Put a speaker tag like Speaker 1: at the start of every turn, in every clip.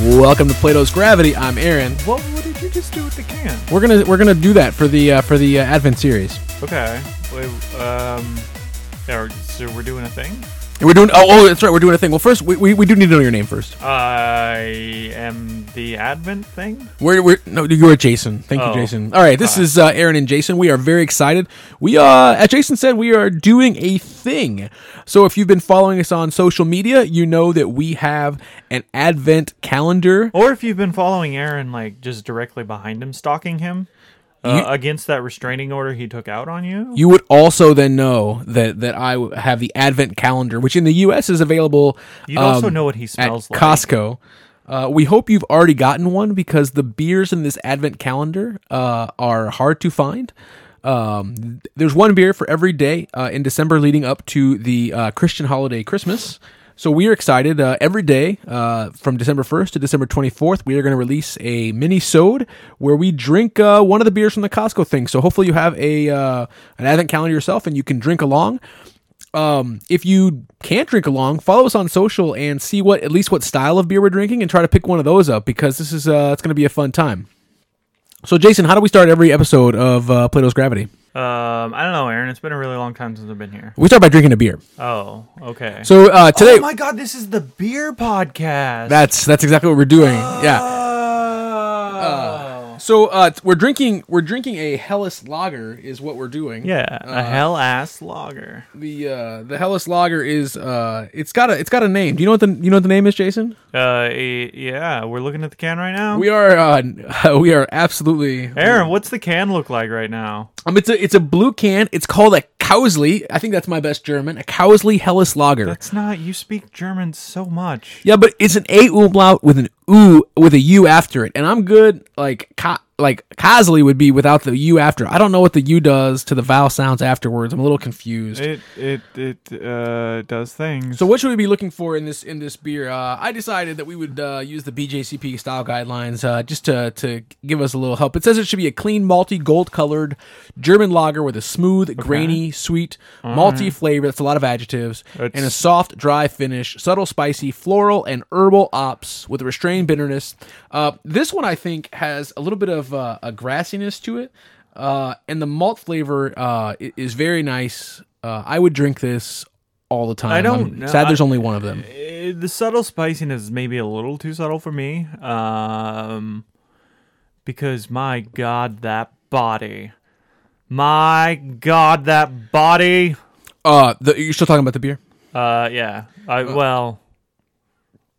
Speaker 1: Welcome to Plato's Gravity. I'm Aaron.
Speaker 2: What, what did you just do with the can?
Speaker 1: We're gonna we're gonna do that for the uh, for the uh, Advent series.
Speaker 2: Okay. Wait, um. yeah, we're- so we're doing a thing.
Speaker 1: And we're doing oh, oh that's right we're doing a thing. Well, first we, we, we do need to know your name first.
Speaker 2: I am the Advent thing.
Speaker 1: We're, we're no you're Jason. Thank
Speaker 2: Oh.
Speaker 1: you, Jason. All right, this
Speaker 2: Ah.
Speaker 1: is uh, Aaron and Jason. We are very excited. We uh as Jason said we are doing a thing. So if you've been following us on social media, you know that we have an Advent calendar.
Speaker 2: Or if you've been following Aaron, like just directly behind him, stalking him uh,
Speaker 1: You-
Speaker 2: against that restraining order he took out on you.
Speaker 1: You would also then know that that I w- have the Advent calendar, which in the U.S. is available.
Speaker 2: You'd also
Speaker 1: um,
Speaker 2: know what he
Speaker 1: at
Speaker 2: smells like.
Speaker 1: Costco. Uh, we hope you've already gotten one because the beers in this advent calendar uh, are hard to find. Um, th- there's one beer for every day uh, in December leading up to the uh, Christian holiday Christmas. So we are excited. Uh, every day uh, from December 1st to December 24th, we are going to release a mini sode where we drink uh, one of the beers from the Costco thing. So hopefully you have a uh, an advent calendar yourself and you can drink along um, if you can't drink along, follow us on social and see what at least what style of beer we're drinking, and try to pick one of those up because this is uh, it's going to be a fun time. So, Jason, how do we start every episode of uh, Plato's Gravity?
Speaker 2: Um, I don't know, Aaron. It's been a really long time since I've been here.
Speaker 1: We start by drinking a beer.
Speaker 2: Oh, okay.
Speaker 1: So uh, today,
Speaker 2: oh my God, this is the beer podcast.
Speaker 1: that's that's exactly what we're doing. Yeah.
Speaker 2: Oh.
Speaker 1: So uh, t- we're drinking we're drinking a Hellas Lager is what we're doing.
Speaker 2: yeah,
Speaker 1: Uh.
Speaker 2: a hell ass lager.
Speaker 1: The uh, the Hellas Lager is uh, it's got a it's got a name. Do you know what the you know what the name is, Jason?
Speaker 2: Uh, e- yeah, we're looking at the can right now.
Speaker 1: We are uh, we are absolutely
Speaker 2: Aaron, what's the can look like right now?
Speaker 1: Um, it's a it's a blue can. It's called a Cowsley. I think that's my best German. A Cowsley Helles Lager.
Speaker 2: That's not. You speak German so much.
Speaker 1: yeah, but it's an a umlaut with an u with a u after it, and I'm good. Like Ka- like Cowsley would be without the u after. I don't know what the u does to the vowel sounds afterwards. I'm a little confused.
Speaker 2: It it it uh does things.
Speaker 1: so what should we be looking for in this in this beer? Uh, I decided that we would uh, use the BJCP style guidelines uh, just to to give us a little help. It says it should be a clean, malty, gold colored German lager with a smooth, grainy, sweet, malty flavor. That's a lot of adjectives and a
Speaker 2: It's-
Speaker 1: soft, dry finish, subtle, spicy, floral, and herbal ops with a restrained bitterness. Uh, this one I think has a little bit of uh, a grassiness to it, uh, and the malt flavor uh, i- is very nice. Uh, I would drink this all the time.
Speaker 2: I don't
Speaker 1: I'm
Speaker 2: know.
Speaker 1: sad. There's
Speaker 2: I-
Speaker 1: only one of them.
Speaker 2: Uh, the subtle spiciness is maybe a little too subtle for me. Um, because my God, that body. My God, that body.
Speaker 1: Uh, the, you're still talking about the beer.
Speaker 2: Uh, yeah. I well.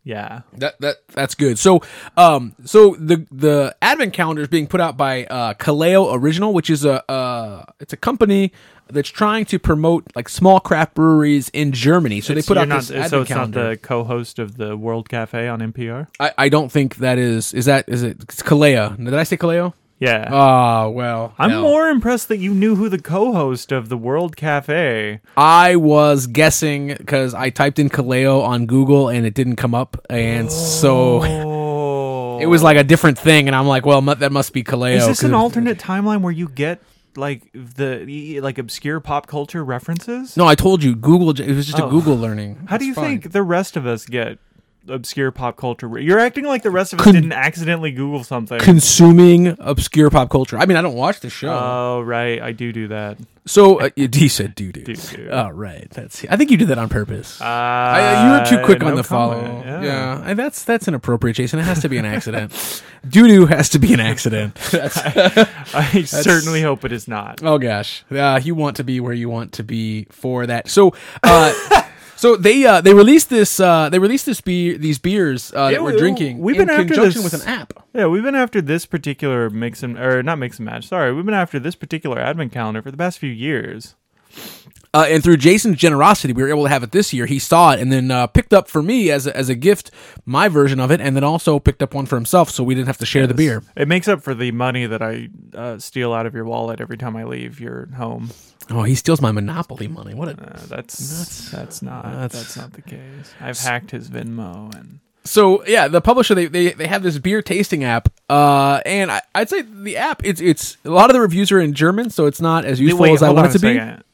Speaker 2: Yeah.
Speaker 1: That that that's good. So, um, so the the advent calendar is being put out by uh, Kaleo Original, which is a uh, it's a company that's trying to promote like small craft breweries in Germany. So they put
Speaker 2: You're
Speaker 1: out
Speaker 2: not,
Speaker 1: this advent
Speaker 2: so it's
Speaker 1: calendar.
Speaker 2: not the co-host of the World Cafe on NPR.
Speaker 1: I, I don't think that is is that is it it's Kaleo. Did I say Kaleo?
Speaker 2: Yeah.
Speaker 1: Ah, well.
Speaker 2: I'm
Speaker 1: hell.
Speaker 2: more impressed that you knew who the co-host of the World Cafe.
Speaker 1: I was guessing cuz I typed in Kaleo on Google and it didn't come up and so
Speaker 2: Oh,
Speaker 1: it was like a different thing and I'm like, well, mu- that must be Kaleo.
Speaker 2: Is this
Speaker 1: 'cause
Speaker 2: an
Speaker 1: it-
Speaker 2: alternate timeline where you get like the e, like obscure pop culture references?
Speaker 1: No, I told you Google j- it was just a Google learning.
Speaker 2: Oh. How do
Speaker 1: It's
Speaker 2: you
Speaker 1: fine.
Speaker 2: think the rest of us get obscure pop culture? Re- You're acting like the rest of us
Speaker 1: Con-
Speaker 2: didn't accidentally Google something.
Speaker 1: consuming obscure pop culture. I mean, I don't watch the show.
Speaker 2: oh right, I do do that.
Speaker 1: so uh, he said, "Dude, dude."
Speaker 2: Doo-doo.
Speaker 1: All right, that's. I think you did that on purpose.
Speaker 2: Uh,
Speaker 1: I, uh, you were too quick on
Speaker 2: no
Speaker 1: the follow.
Speaker 2: comment,
Speaker 1: Yeah, And that's that's inappropriate, Jason. It has to be an accident. Doo doo has to be an accident.
Speaker 2: I certainly hope it is not.
Speaker 1: Oh gosh, uh, you want to be where you want to be for that. So, uh, so they uh, they released this uh, they released this beer these beers uh, that we're
Speaker 2: we-
Speaker 1: drinking
Speaker 2: we've
Speaker 1: in
Speaker 2: been after
Speaker 1: conjunction
Speaker 2: this-
Speaker 1: with an app.
Speaker 2: Yeah, we've been after this particular mix and or not mix and match. Sorry, we've been after this particular advent calendar for the past few years.
Speaker 1: uh, and through Jason's generosity, we were able to have it this year. He saw it and then uh, picked up for me as a, as a gift my version of it, and then also picked up one for himself, so we didn't have to share the beer.
Speaker 2: It makes up for the money that I uh, steal out of your wallet every time I leave your home.
Speaker 1: Oh, he steals my Monopoly money. What? A...
Speaker 2: Uh, that's that's, not
Speaker 1: that's-
Speaker 2: that's, not the case. I've hacked his Venmo and
Speaker 1: So yeah, the publisher they, they they have this beer tasting app, uh, and I, I'd say the app it's it's a lot of the reviews are in German, so it's not as useful as I
Speaker 2: hold
Speaker 1: want
Speaker 2: on
Speaker 1: it to
Speaker 2: a
Speaker 1: be.
Speaker 2: second.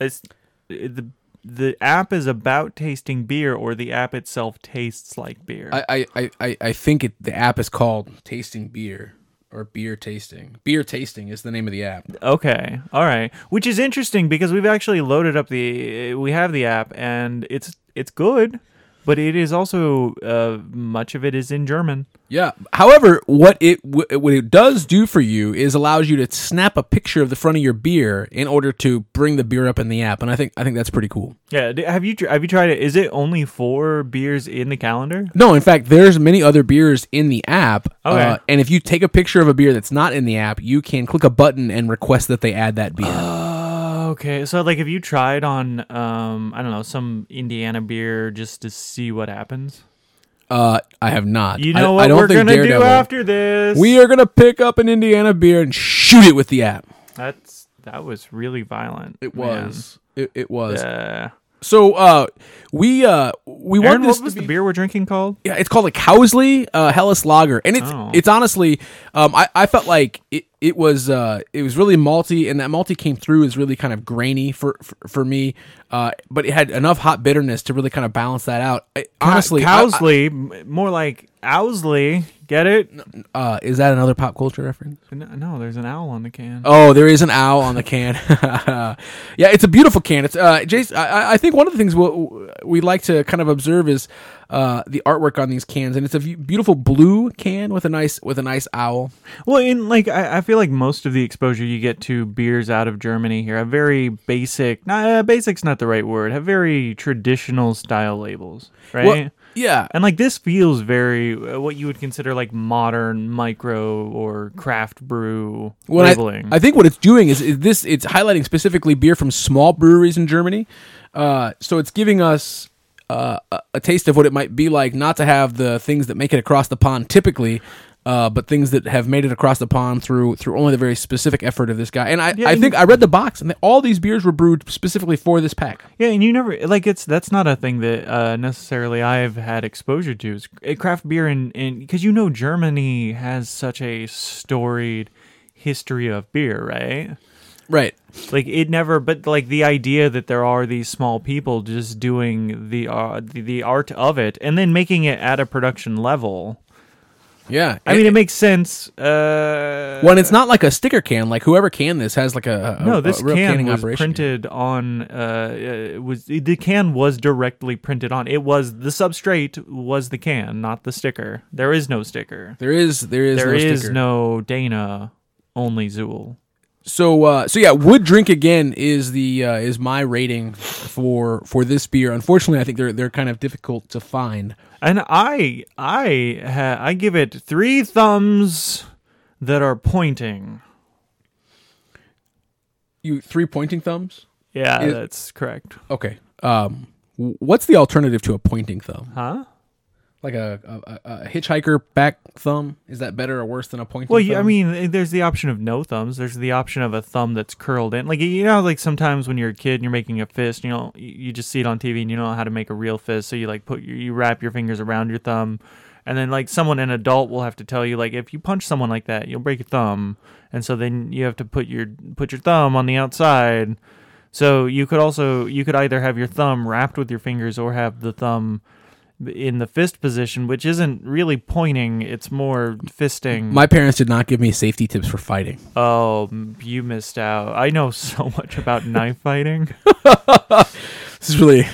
Speaker 2: It's it- the the app is about tasting beer, or the app itself tastes like beer.
Speaker 1: I, I- I, I, I think it, the app is called Tasting Beer or Beer Tasting. Beer Tasting is the name of the app.
Speaker 2: Okay. All right. Which is interesting because we've actually loaded up the we have the app and it's it's good, but it is also uh, much of it is in German.
Speaker 1: Yeah. However, what it w- what it does do for you is allows you to snap a picture of the front of your beer in order to bring the beer up in the app, and I think I think that's pretty cool.
Speaker 2: Yeah. d- Have you tr- have you tried it? Is it only four beers in the calendar?
Speaker 1: No, in fact, there's many other beers in the app, uh,
Speaker 2: Okay.
Speaker 1: and if you take a picture of a beer that's not in the app, you can click a button and request that they add that beer.
Speaker 2: Uh, Okay. So like, have you tried on um I don't know some Indiana beer just to see what happens?
Speaker 1: Uh, I have not.
Speaker 2: You
Speaker 1: I-
Speaker 2: know
Speaker 1: I,
Speaker 2: what
Speaker 1: don't
Speaker 2: we're
Speaker 1: think
Speaker 2: gonna
Speaker 1: Daredevil.
Speaker 2: do after this?
Speaker 1: we are gonna pick up an Indiana beer and shoot it with the app.
Speaker 2: That's that was really violent.
Speaker 1: It
Speaker 2: man.
Speaker 1: was. It, it was.
Speaker 2: Uh,
Speaker 1: So uh, we uh, we want
Speaker 2: Aaron,
Speaker 1: this
Speaker 2: what
Speaker 1: to
Speaker 2: was the
Speaker 1: be-
Speaker 2: beer we're drinking called?
Speaker 1: yeah, it's called like Housley uh, Hellas Lager, and it's
Speaker 2: Oh.
Speaker 1: it's honestly, um, I, I felt like it, it was uh, it was really malty, and that malty came through as really kind of grainy for for, for me, uh, but it had enough hot bitterness to really kind of balance that out. I, honestly, I-
Speaker 2: Cowsley, m more like Owsley. Get it? No,
Speaker 1: I- uh, is that another pop culture reference?
Speaker 2: no, there's an owl on the can.
Speaker 1: Oh, there is an owl on the can. yeah, it's a beautiful can. It's uh, Jason. I, I- I think one of the things we'll, we like to kind of observe is uh, the artwork on these cans, and it's a v- beautiful blue can with a nice with a nice owl.
Speaker 2: Well, in like I, I feel like most of the exposure you get to beers out of Germany here have very basic. Not uh, basic's not the right word. Have very traditional style labels, right?
Speaker 1: Well, yeah,
Speaker 2: and like this feels very uh, what you would consider like modern micro or craft brew
Speaker 1: What I-
Speaker 2: labeling.
Speaker 1: I, think what it's doing is, is this it's highlighting specifically beer from small breweries in Germany. Uh, so it's giving us uh, a, a taste of what it might be like not to have the things that make it across the pond typically. Uh, but things that have made it across the pond through through only the very specific effort of this guy, and I,
Speaker 2: Yeah,
Speaker 1: I
Speaker 2: and-
Speaker 1: think I read the box, and all these beers were brewed specifically for this pack.
Speaker 2: Yeah, and you never like it's that's not a thing that uh, necessarily I've had exposure to is uh, craft beer and and because you know Germany has such a storied history of beer, right?
Speaker 1: Right.
Speaker 2: Like it never, but like the idea that there are these small people just doing the uh, the, the art of it and then making it at a production level.
Speaker 1: Yeah.
Speaker 2: I mean, it makes sense. Uh,
Speaker 1: when it's not like a sticker can, like whoever canned this has like a, a
Speaker 2: no,
Speaker 1: a
Speaker 2: this
Speaker 1: real
Speaker 2: can
Speaker 1: canning
Speaker 2: was
Speaker 1: operation.
Speaker 2: printed on. Uh, it was the can was directly printed on? It was the substrate was the can, not the sticker. There is no sticker.
Speaker 1: There is there is
Speaker 2: There
Speaker 1: no
Speaker 2: is no
Speaker 1: sticker.
Speaker 2: Dana, only Zool.
Speaker 1: So uh, so yeah, would drink again is the uh, is my rating for for this beer. Unfortunately, I think they're they're kind of difficult to find.
Speaker 2: And I, I, ha- I give it three thumbs that are pointing.
Speaker 1: You three pointing thumbs?
Speaker 2: Yeah,
Speaker 1: It-
Speaker 2: that's correct.
Speaker 1: Okay. Um, w- what's the alternative to a pointing thumb?
Speaker 2: Huh?
Speaker 1: Like a a, a, a hitchhiker back thumb? Is that better or worse than a pointing?
Speaker 2: Well,
Speaker 1: thumb?
Speaker 2: you, I mean, eh, there's the option of no thumbs. There's the option of a thumb that's curled in. Like you know, like sometimes when you're a kid and you're making a fist, you know, you you just see it on TV and you don't know how to make a real fist, so you like put your, you wrap your fingers around your thumb, and then like someone an adult will have to tell you like if you punch someone like that, you'll break your thumb, and so then you have to put your put your thumb on the outside. So you could also you could either have your thumb wrapped with your fingers or have the thumb in the fist position, which isn't really pointing; it's more fisting.
Speaker 1: my parents did not give me safety tips for fighting.
Speaker 2: Oh, m- you missed out. I know so much about knife fighting.
Speaker 1: this is really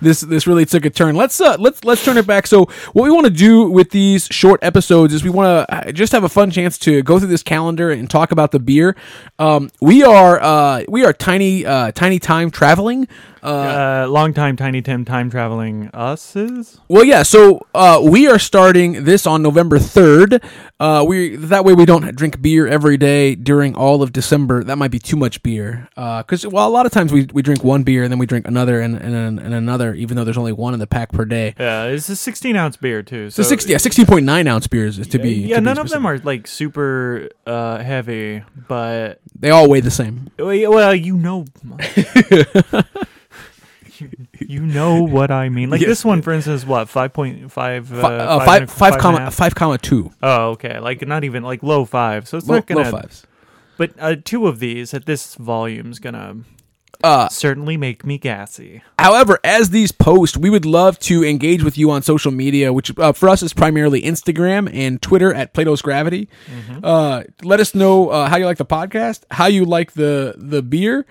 Speaker 1: this this really took a turn. Let's uh, let's let's turn it back. So what we want to do with these short episodes is we want to just have a fun chance to go through this calendar and talk about the beer. Um, we are uh, we are tiny uh, tiny time traveling. Uh,
Speaker 2: Uh, long time Tiny Tim time traveling uses.
Speaker 1: well, yeah. So uh, we are starting this on November third. Uh, we that way we don't drink beer every day during all of December. That might be too much beer. Because well, a lot of times we, we drink one beer and then we drink another and and, and another, even though there's only one in the pack per day.
Speaker 2: Yeah, it's a 16 ounce beer too. So
Speaker 1: So sixty, yeah, sixteen point nine ounce beers is to be.
Speaker 2: Yeah,
Speaker 1: to be
Speaker 2: none of them
Speaker 1: specific.
Speaker 2: are like super uh, heavy, but
Speaker 1: They all weigh the same.
Speaker 2: Oh, well, you know. You- You know what I mean. Like
Speaker 1: Yeah.
Speaker 2: this one, for instance, what five point five?
Speaker 1: Fi- uh, five, five comma, five comma two.
Speaker 2: Oh, okay. Like not even like low five. So it's
Speaker 1: Low,
Speaker 2: not gonna
Speaker 1: low fives.
Speaker 2: But uh, two of these at this volume's gonna
Speaker 1: Uh,
Speaker 2: certainly make me gassy.
Speaker 1: However, as these post, we would love to engage with you on social media, which uh, for us is primarily Instagram and Twitter at Plato's Gravity. Uh, let us know uh, how you like the podcast, how you like the the beer,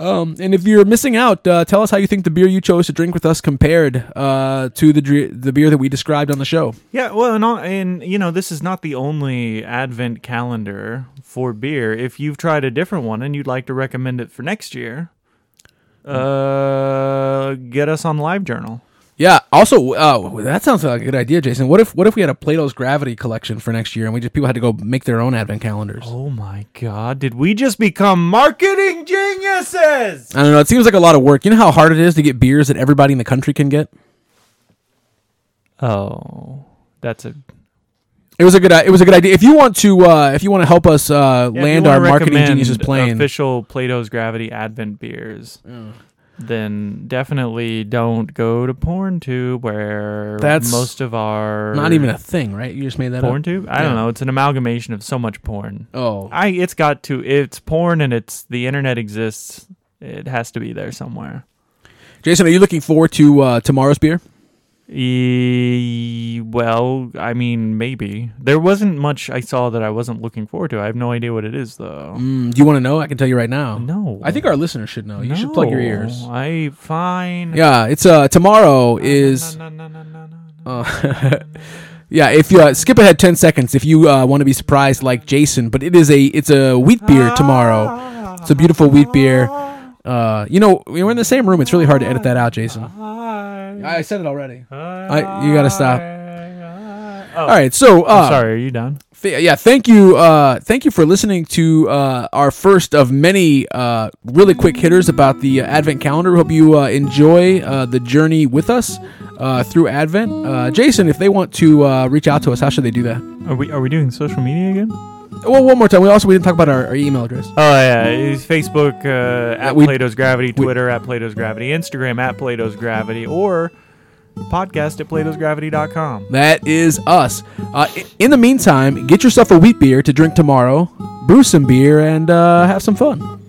Speaker 1: um, and if you're missing out, uh, tell us how you think the beer you chose to drink with us compared uh, to the dre- the beer that we described on the show.
Speaker 2: Yeah, well, and, all, and you know, this is not the only advent calendar for beer. If you've tried a different one and you'd like to recommend it for next year, uh, get us on LiveJournal.
Speaker 1: Yeah. Also, uh, that sounds like a good idea, Jason. What if what if we had a Plato's Gravity collection for next year, and we just people had to go make their own advent calendars?
Speaker 2: Oh my God! Did we just become marketing geniuses?
Speaker 1: I don't know. It seems like a lot of work. You know how hard it is to get beers that everybody in the country can get.
Speaker 2: Oh, that's a
Speaker 1: It was a good. It was a good idea. If you want to, uh, if you want to help us uh,
Speaker 2: Yeah, if
Speaker 1: land
Speaker 2: you wanna
Speaker 1: our marketing
Speaker 2: recommend
Speaker 1: geniuses plane,
Speaker 2: Official Plato's Gravity Advent beers. Then definitely don't go to PornTube, where
Speaker 1: That's
Speaker 2: most of our
Speaker 1: not even a thing, right? You just made that
Speaker 2: porn
Speaker 1: up.
Speaker 2: tube. I
Speaker 1: Yeah.
Speaker 2: don't know. It's an amalgamation of so much porn.
Speaker 1: Oh,
Speaker 2: I it's got to it's porn and it's the internet exists. It has to be there somewhere.
Speaker 1: Jason, are you looking forward to uh, tomorrow's beer?
Speaker 2: E- well, I mean, maybe there wasn't much I saw that I wasn't looking forward to. I have no idea what it is though.
Speaker 1: Mm, do you want to know? I can tell you right now.
Speaker 2: No,
Speaker 1: I think our listeners should know. You should plug your ears.
Speaker 2: No, I fine.
Speaker 1: Yeah, it's uh tomorrow
Speaker 2: No, no,
Speaker 1: is
Speaker 2: no, no, no, no, no, no.
Speaker 1: Uh, yeah, if you uh, skip ahead ten seconds, if you uh, want to be surprised like Jason, but it is a it's a wheat beer tomorrow. It's a beautiful wheat beer. Uh, you know we're in the same room. It's really hard to edit that out, Jason. I said it already. I- you gotta stop.
Speaker 2: Oh,
Speaker 1: All right, so uh,
Speaker 2: I'm sorry. Are you done?
Speaker 1: Th- yeah, thank you, uh, thank you for listening to uh, our first of many uh, really quick hitters about the uh, Advent calendar. Hope you uh, enjoy uh, the journey with us uh, through Advent. Uh, Jason, if they want to uh, reach out to us, how should they do that?
Speaker 2: Are we are we doing social media again?
Speaker 1: Well, Oh, one more time. We also we didn't talk about our, our email address.
Speaker 2: Oh yeah, it's Facebook uh, at
Speaker 1: Mm. we-
Speaker 2: Plato's Gravity, Twitter at Plato's Gravity, Instagram at Plato's Gravity, or podcast at Plato'sGravity.com.
Speaker 1: That is us. Uh, i- in the meantime, get yourself a wheat beer to drink tomorrow, brew some beer, and uh, have some fun.